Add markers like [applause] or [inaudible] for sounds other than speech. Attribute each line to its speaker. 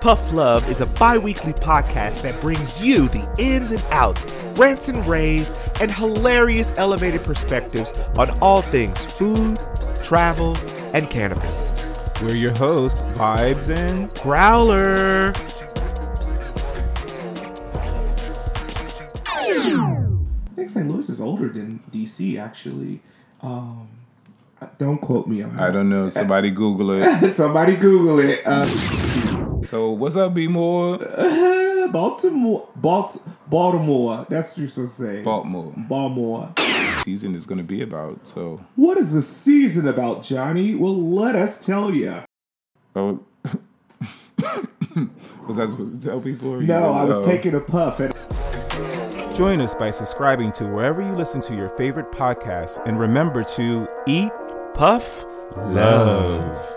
Speaker 1: Puff Love is a bi weekly podcast that brings you the ins and outs, rants and raves, and hilarious elevated perspectives on all things food, travel, and cannabis.
Speaker 2: We're your host, Vibes and
Speaker 1: Growler.
Speaker 3: I think St. Louis is older than DC, actually. Um, don't quote me on
Speaker 2: I
Speaker 3: that. [laughs]
Speaker 2: don't know. Somebody Google it.
Speaker 3: Somebody Google it. Uh,
Speaker 2: So what's up, B More?
Speaker 3: Baltimore, Balt, Baltimore. That's what you're supposed to say.
Speaker 2: Baltimore.
Speaker 3: Baltimore.
Speaker 2: Season is gonna be about. So
Speaker 3: What is the season about, Johnny? Well, let us tell you.
Speaker 2: oh, [laughs] was I supposed to tell people? or you
Speaker 3: No,
Speaker 2: didn't
Speaker 3: I was
Speaker 2: know?
Speaker 3: taking a puff and
Speaker 2: Join us by subscribing to wherever you listen to your favorite podcast, and remember to eat
Speaker 1: Puff
Speaker 2: love.